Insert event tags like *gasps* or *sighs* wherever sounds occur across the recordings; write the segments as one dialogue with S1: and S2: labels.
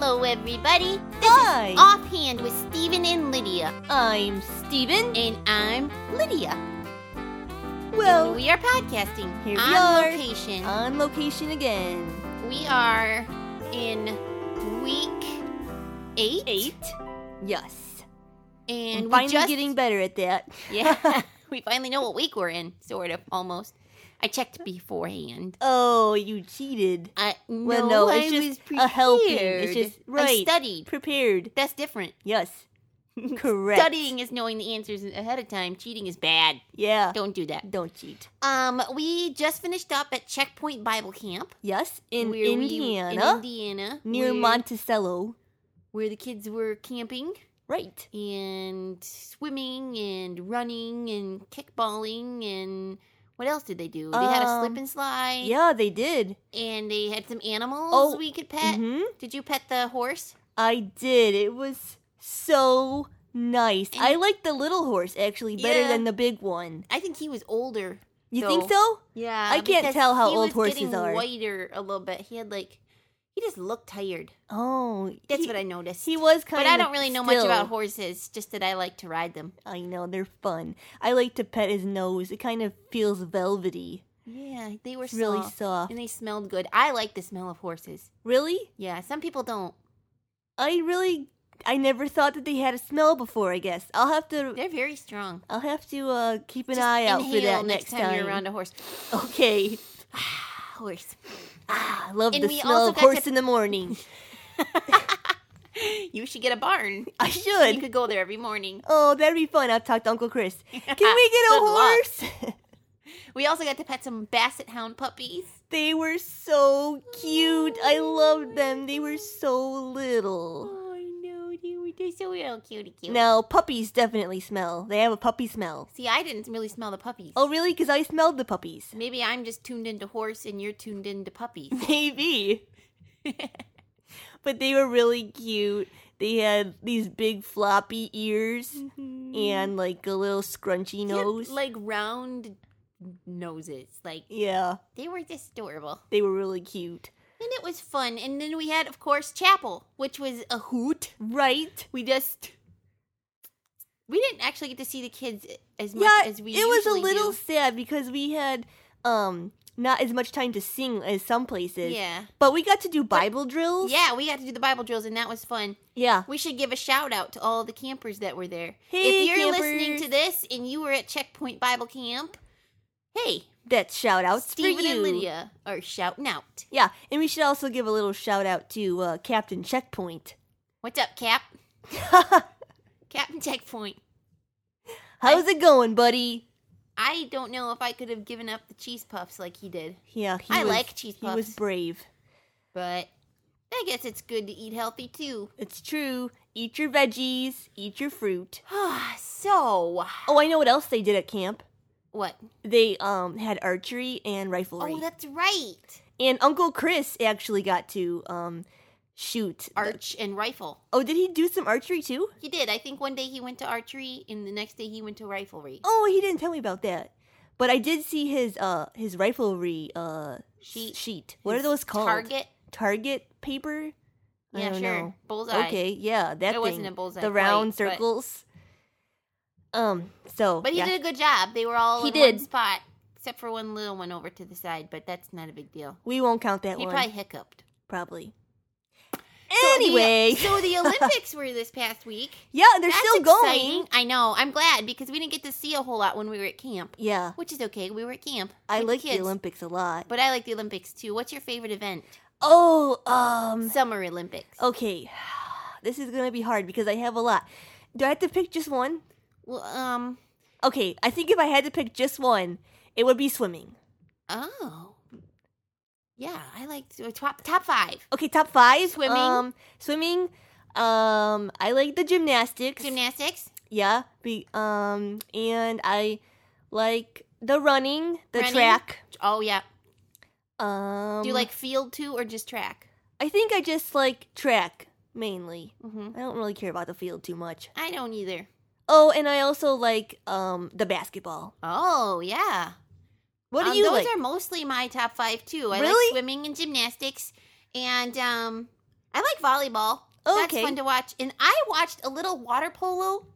S1: everybody. This
S2: Hi.
S1: is Offhand with Stephen and Lydia.
S2: I'm Steven.
S1: And I'm Lydia.
S2: Well,
S1: We are podcasting
S2: Here we
S1: on
S2: are. Uh.
S1: location.
S2: on location again.
S1: we are in week eight.
S2: Yes.
S1: And
S2: I'm
S1: we
S2: finally
S1: just,
S2: getting better at that.
S1: *laughs*
S2: *laughs*
S1: Yeah. we finally know what week we're in, sort of, almost. I checked beforehand.
S2: oh, you cheated.
S1: I, no,
S2: Well, no,
S1: I
S2: it's just
S1: was prepared.
S2: a helping. It's just-
S1: I
S2: right.
S1: studied.
S2: Prepared.
S1: That's different.
S2: Yes. *laughs* Correct.
S1: Studying is knowing the answers ahead of time. Cheating is bad.
S2: Yeah.
S1: Don't do that.
S2: Don't cheat.
S1: Um, we just finished up at Checkpoint Bible Camp
S2: Yes, in
S1: where we-
S2: Indiana,
S1: in Indiana,
S2: near
S1: where,
S2: Monticello.
S1: where the kids were camping
S2: Right.
S1: and swimming and running and kickballing and what else did they do? They had a slip
S2: Um,
S1: and slide.
S2: Yeah, they did.
S1: And they had some animals
S2: Oh,
S1: we could pet.
S2: hmm
S1: Did you pet the horse?
S2: I did. It was so nice.
S1: And-
S2: I like the little horse actually better
S1: Yeah.
S2: than the big one.
S1: I think he was older.
S2: You
S1: So-
S2: think so?
S1: Yeah,
S2: I can't
S1: because
S2: tell how
S1: he
S2: old
S1: was
S2: horses
S1: getting
S2: are.
S1: Whiter a little bit. He had like he just looked tired.
S2: Oh,
S1: That's
S2: he,
S1: what I noticed.
S2: He was kind
S1: but
S2: of.
S1: I don't really know much about
S2: horses.
S1: horses. Just that I like to ride them.
S2: I know they're fun. I like to pet his nose. It kind of feels velvety.
S1: Yeah, they were
S2: It's really
S1: soft,
S2: soft.
S1: and they smelled good. I like the smell of horses.
S2: Really?
S1: Yeah, some people don't.
S2: I really. I never thought that they had a smell before. I guess I'll have to.
S1: They're very strong.
S2: I'll have to uh, keep an
S1: Just
S2: eye out for
S1: inhale
S2: that
S1: next
S2: next
S1: time, you're around a horse.
S2: *laughs*
S1: *sighs*
S2: Okay.
S1: Horse. *gasps*
S2: Ah, I love
S1: And
S2: the
S1: we
S2: smell
S1: also
S2: of
S1: got to-
S2: horse in the
S1: *laughs*
S2: morning.
S1: You should get a *laughs* barn.
S2: I
S1: You
S2: should.
S1: could go there every morning.
S2: Oh, that'd be fun. I'll talk to Uncle Chris. Can we get
S1: *laughs*
S2: a
S1: Good luck.
S2: horse? *laughs*
S1: We also got to pet some basset hound puppies.
S2: they were so cute. I loved them. They were so little.
S1: Oh, I know. They were they're so little cutie cute.
S2: Now, puppies definitely smell. They have a puppy smell.
S1: See, I didn't really smell the puppies.
S2: Oh, really? Because I smelled the puppies. *laughs*
S1: Maybe I'm just tuned into horse and you're tuned into *laughs* puppies.
S2: Maybe. *laughs* but they were really cute. They had these big floppy ears and like a little scrunchy
S1: They had,
S2: nose.
S1: Mm-hmm. like round noses. Like
S2: yeah,
S1: they were just adorable.
S2: they were really cute.
S1: And it was fun. And then we had, of course, chapel, which was a hoot.
S2: Right?
S1: We just we didn't actually get to see the kids as much
S2: yeah,
S1: as we.
S2: it was a
S1: usually
S2: little
S1: do.
S2: sad because we had um not as much time to sing as some places.
S1: Yeah,
S2: But we got to do Bible drills.
S1: yeah. We got to do the Bible drills, and that was fun.
S2: Yeah.
S1: We should give a shout out to all the campers that were there.
S2: Hey,
S1: if you're listening
S2: campers.
S1: to this and you were at Checkpoint Bible Camp, hey,
S2: That shout out
S1: Stephen
S2: for you.
S1: and Lydia are shouting out.
S2: Yeah, and we should also give a little shout out to uh, Captain Checkpoint. *laughs*
S1: What's up, Cap? Captain Checkpoint.
S2: How's it going, buddy?
S1: I don't know if I could have given up the cheese puffs like he did,
S2: Yeah, he
S1: I
S2: was,
S1: like cheese
S2: He was
S1: puffs.
S2: brave.
S1: but I guess it's good to eat healthy too.
S2: It's true. Eat your veggies. Eat your fruit.
S1: *sighs* so
S2: Oh, I know what else they did at camp.
S1: what?
S2: They um had archery and riflery.
S1: Oh, that's right.
S2: and Uncle Chris actually got to um shoot. the-
S1: Arch and rifle.
S2: oh, did he do some archery too?
S1: He did. I think one day he went to archery, and the next day he went to riflery.
S2: Oh, he didn't tell me about that. But I did see his uh his riflery uh
S1: Sheet.
S2: sheet. What are
S1: His
S2: those called?
S1: Target.
S2: Target paper. I
S1: Yeah,
S2: don't
S1: sure.
S2: know.
S1: Bullseye.
S2: Okay, yeah, that
S1: It
S2: thing.
S1: wasn't a bullseye
S2: The
S1: quite,
S2: round
S1: but-
S2: circles. Um. So.
S1: But he
S2: yeah.
S1: did a good job. They were all
S2: He
S1: in
S2: did.
S1: one spot, except for one little one over to the side. But that's not a big deal.
S2: We won't count that
S1: He
S2: one.
S1: probably hiccuped.
S2: Probably.
S1: So the-
S2: Anyway.
S1: so *laughs* the Olympics were this past week.
S2: yeah, they're
S1: That's
S2: still going.
S1: exciting. I know. I'm glad because we didn't get to see a whole lot when we were at camp,
S2: Yeah,
S1: which is okay. We were at camp.
S2: I
S1: with
S2: like
S1: kids.
S2: the Olympics a lot.
S1: But I like the Olympics too. What's your favorite event?
S2: Oh, um.
S1: Summer Olympics.
S2: Okay, *sighs* this is gonna be hard because I have a lot. Do I have to pick just one?
S1: Well, um,
S2: Okay, I think if I had to pick just one, it would be swimming.
S1: oh, yeah, I like top top five
S2: Okay, top five.
S1: Swimming.
S2: Um, swimming. Um, I like the gymnastics.
S1: gymnastics.
S2: Yeah. Be, um, and I like the running, the
S1: Running.
S2: track.
S1: Oh yeah,
S2: Um,
S1: do you like field too or just track?
S2: I think I just like track mainly.
S1: hmm
S2: I don't really care about the field too much.
S1: I don't either.
S2: Oh, and I also like um the basketball.
S1: Oh yeah.
S2: What do
S1: Um,
S2: you
S1: those
S2: like?
S1: are mostly my top five too. I like
S2: Really?
S1: swimming and gymnastics, and um, I like volleyball. That's fun to watch. And I watched a little water polo.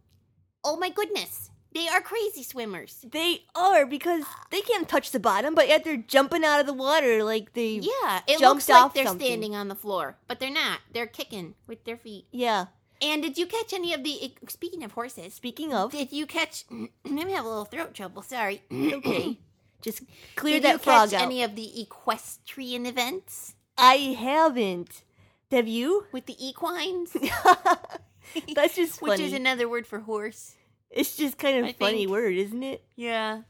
S1: Oh my goodness. They are crazy swimmers.
S2: They are because they can't touch the bottom, but yet they're jumping out of the water like they.
S1: Yeah, it
S2: Jumped
S1: looks like
S2: off
S1: they're
S2: something.
S1: standing on the floor, but they're not. They're kicking with their feet.
S2: Yeah.
S1: And did you catch any of the e, speaking of horses?
S2: Speaking of,
S1: Did you catch *clears throat* Let me have a little throat trouble, sorry. *clears throat*
S2: okay, just clear
S1: Did
S2: that
S1: you
S2: frog
S1: catch
S2: out.
S1: any of the equestrian events
S2: I haven't. Have you? *laughs*
S1: with the equines?
S2: That's just funny.
S1: Which is another word for horse.
S2: it's just kind of
S1: I
S2: funny
S1: think-
S2: word, isn't it?
S1: Yeah.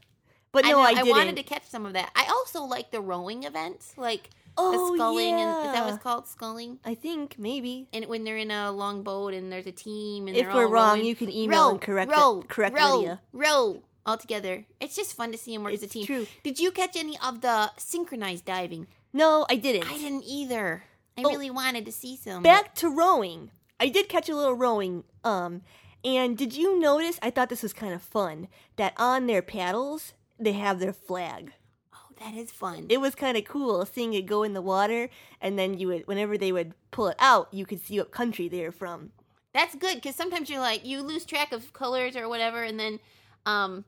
S2: But no, I,
S1: know, I,
S2: didn't.
S1: wanted to catch some of that. I also like the rowing events, like
S2: oh,
S1: the sculling
S2: yeah.
S1: and is that was called sculling.
S2: I think maybe.
S1: And when they're in a long boat and there's a team and
S2: If
S1: they're
S2: we're
S1: all
S2: wrong,
S1: rowing.
S2: you can email
S1: row,
S2: and correct
S1: row,
S2: it. Correct
S1: row,
S2: Lydia.
S1: row all together. It's just fun to see them work as a
S2: It's
S1: team.
S2: true.
S1: Did you catch any of the synchronized diving?
S2: No, I didn't.
S1: I didn't either. I
S2: Oh.
S1: really wanted to see some. but-
S2: Back to rowing. I did catch a little rowing. Um, and did you notice? I thought this was kind of fun that on their paddles they have their flag.
S1: oh, that is fun.
S2: it was kind of cool seeing it go in the water and then you would whenever they would pull it out you could see what country they were from
S1: That's good because sometimes you're like you lose track of colors or whatever, and then, um,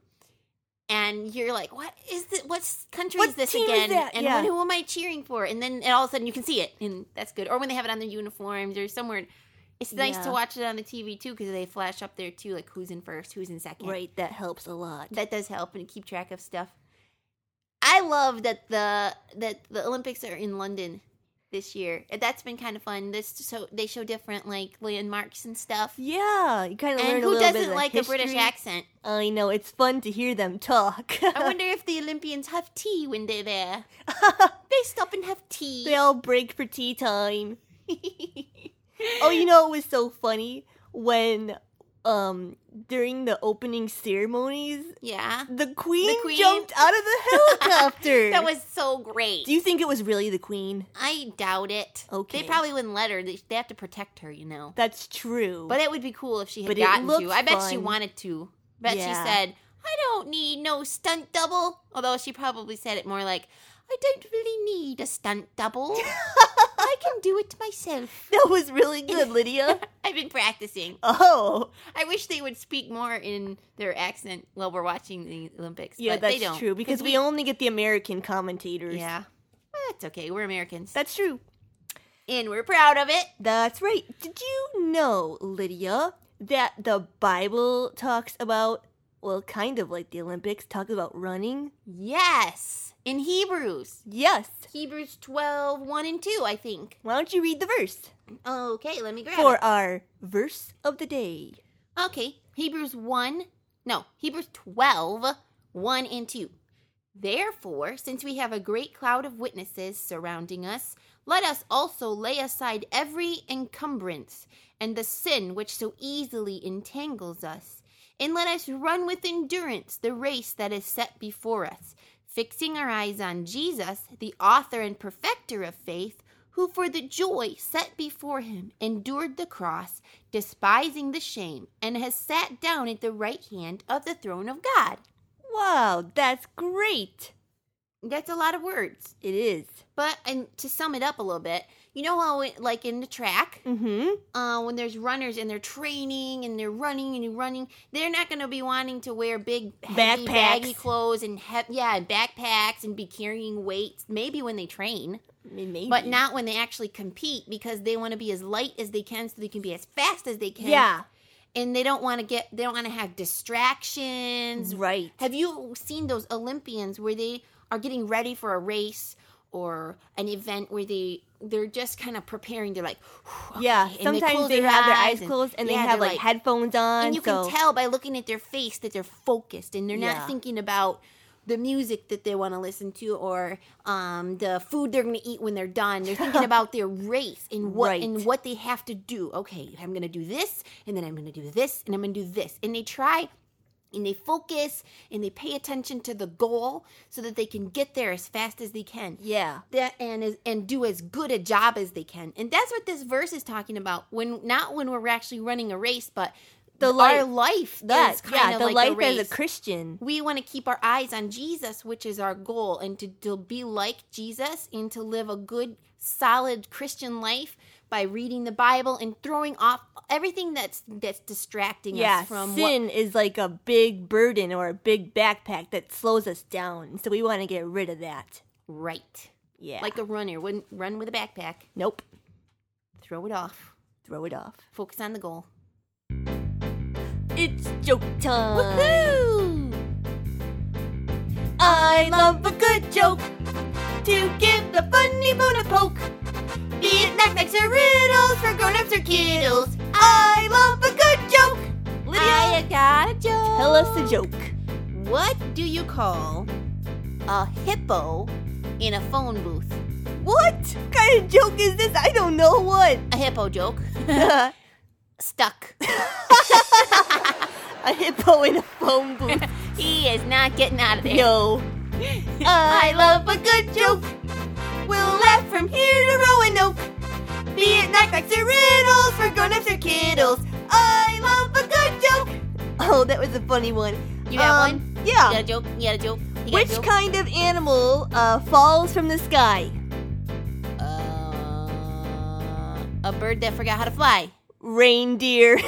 S1: and you're like, what is this? What s- country
S2: What
S1: is this
S2: team is
S1: again?
S2: that?
S1: And
S2: Yeah.
S1: what- who am I cheering for? And then and all of a sudden you can see it, and that's good. Or when they have it on their uniforms or somewhere, it's nice
S2: Yeah.
S1: to watch it on the TV too because they flash up there too, like who's in first, who's in second.
S2: right that helps a lot
S1: that does help and keep track of stuff. I love that the that the Olympics are in London this year. That's been kind of fun. This so they show different like landmarks and stuff.
S2: yeah you kind of learn
S1: And
S2: a little
S1: who
S2: bit of
S1: doesn't
S2: the
S1: like
S2: history.
S1: a British accent?
S2: i know it's fun to hear them talk *laughs*
S1: I wonder if the Olympians have tea when they're there. They stop and have tea.
S2: they all break for tea
S1: *laughs*
S2: time oh you know it was so funny when um during the opening ceremonies
S1: yeah.
S2: the queen,
S1: queen?
S2: jumped out
S1: *laughs*
S2: of the helicopter
S1: That was so great.
S2: do you think it was really the queen
S1: I doubt it.
S2: Okay.
S1: They probably wouldn't let her. They, they have to protect her, you know.
S2: that's true
S1: But it would be cool if she had
S2: But it
S1: gotten
S2: looked
S1: to. I bet she
S2: fun.
S1: wanted to. Bet
S2: Yeah.
S1: she said, I don't need no stunt double. Although she probably said it more like, I don't really need a stunt double.
S2: *laughs*
S1: I can do it myself.
S2: that was really good
S1: *laughs*
S2: lydia
S1: I've been practicing.
S2: Oh,
S1: I wish they would speak more in their accent while we're watching the Olympics.
S2: yeah,
S1: but
S2: that's
S1: they don't. Mm-hmm.
S2: true because we, only get the American commentators.
S1: Yeah. That's okay. We're Americans.
S2: that's true.
S1: and we're proud of it.
S2: That's right. Did you know, Lydia, that the Bible talks about, well, kind of like the Olympics, talks about running?
S1: Yes. In Hebrews.
S2: Yes.
S1: Hebrews 12, 1 and 2, I think.
S2: Why don't you read the verse
S1: Okay, let me grab it.
S2: for our verse of the day?
S1: Okay, Hebrews 1, no, Hebrews 12, 1 and 2. Therefore, since we have a great cloud of witnesses surrounding us, let us also lay aside every encumbrance and the sin which so easily entangles us, and let us run with endurance the race that is set before us, fixing our eyes on Jesus, the author and perfecter of faith who for the joy set before him endured the cross, despising the shame, and has sat down at the right hand of the throne of God.
S2: Wow, that's great.
S1: That's a lot of words.
S2: It is.
S1: But and to sum it up a little bit, you know how it, like in the track,
S2: Mm-hmm.
S1: uh, when there's runners and they're training and they're running and running, they're not going to be wanting to wear big heavy,
S2: Backpacks.
S1: baggy clothes and he- yeah, and backpacks and be carrying weights. Maybe when they train,
S2: Maybe.
S1: but not when they actually compete because they want to be as light as they can so they can be as fast as they can.
S2: Yeah.
S1: And they don't want to get they don't want to have distractions.
S2: Right.
S1: Have you seen those Olympians where they are getting ready for a race or an event where they they're just kind of preparing they're like "Whew,
S2: Yeah.
S1: okay," and
S2: Sometimes they, have their eyes
S1: and-
S2: closed and,
S1: yeah,
S2: they have
S1: they're
S2: like, headphones on.
S1: and you
S2: so.
S1: can tell by looking at their face that they're focused and they're
S2: Yeah.
S1: not thinking about the music that they want to listen to or um, the food they're going to eat when they're done. They're
S2: *laughs*
S1: thinking about their race and what
S2: Right.
S1: and what they have to do. Okay, I'm going to do this, and then I'm going to do this, and I'm going to do this, and they try. And they focus and they pay attention to the goal so that they can get there as fast as they can
S2: Yeah.
S1: that and is, and do as good a job as they can. And that's what this verse is talking about. When not when we're actually running a race, but
S2: the
S1: our
S2: life.
S1: life
S2: Yeah,
S1: is kind
S2: yeah,
S1: of
S2: the
S1: like a
S2: life
S1: race.
S2: as a Christian.
S1: we want to keep our eyes on Jesus, which is our goal, and to, to be like Jesus and to live a good, solid Christian life by reading the Bible and throwing off everything that's that's distracting
S2: Yeah,
S1: us from what
S2: sin is like a big burden or a big backpack that slows us down. So we want to get rid of that.
S1: right.
S2: Yeah.
S1: Like a runner wouldn't run with a backpack.
S2: nope.
S1: Throw it off.
S2: Throw it off.
S1: Focus on the goal.
S2: It's joke time.
S1: Woohoo!
S2: I love a good joke to give the funny bone a poke. Be it knickknacks or riddles for grown-ups or kiddles. I love a good joke.
S1: I got a joke.
S2: tell us a joke.
S1: What do you call a hippo in a phone booth?
S2: What kind of joke is this? I don't know what.
S1: A hippo joke.
S2: *laughs* a
S1: *laughs* Stuck.
S2: hippo in a phone *laughs* booth.
S1: He is not getting out of there.
S2: No. *laughs* I love a good joke. We'll laugh from here to Roanoke. Be it knockbacks or riddles for grown-ups or kiddles. I love a good joke. Oh, that was a funny one.
S1: You got
S2: Um,
S1: one? You got
S2: Yeah.
S1: a joke? You got a joke? You got
S2: Which
S1: a joke?
S2: kind of animal uh, falls from the sky?
S1: Uh, a bird that forgot how to fly.
S2: Reindeer. *laughs*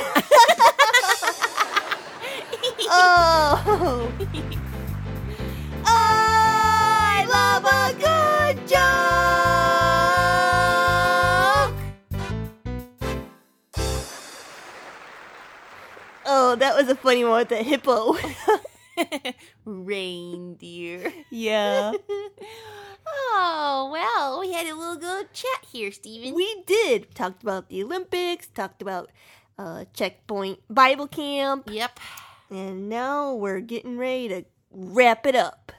S2: oh. I love a good joke. Oh, that was a funny one with the hippo.
S1: Reindeer.
S2: *laughs* yeah.
S1: Oh, well, we had a little good chat here, Steven.
S2: *laughs* We did. Talked about the Olympics, talked about uh, Checkpoint Bible Camp,
S1: yep.
S2: and now we're getting ready to wrap it up.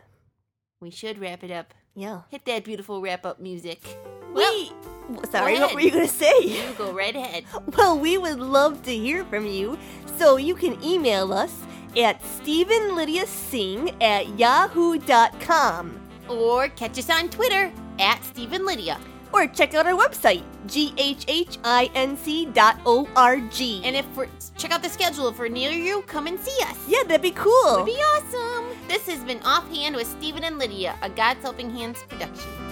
S1: We should wrap it up.
S2: Yeah.
S1: Hit that beautiful wrap up music.
S2: We. Sorry,
S1: ahead.
S2: what were you going to say? *laughs*
S1: You go right ahead.
S2: Well, we would love to hear from you, so you can email us at StephenLydiaSing at yahoo.com
S1: Or catch us on Twitter at Stephen Lydia.
S2: or check out our website, ghhinc.org. dot O-R-G.
S1: And if we're check out the schedule if we're near you, come and see us.
S2: yeah, that'd be cool.
S1: That'd be awesome. This has been Offhand with Stephen and Lydia, a God's Helping Hands production.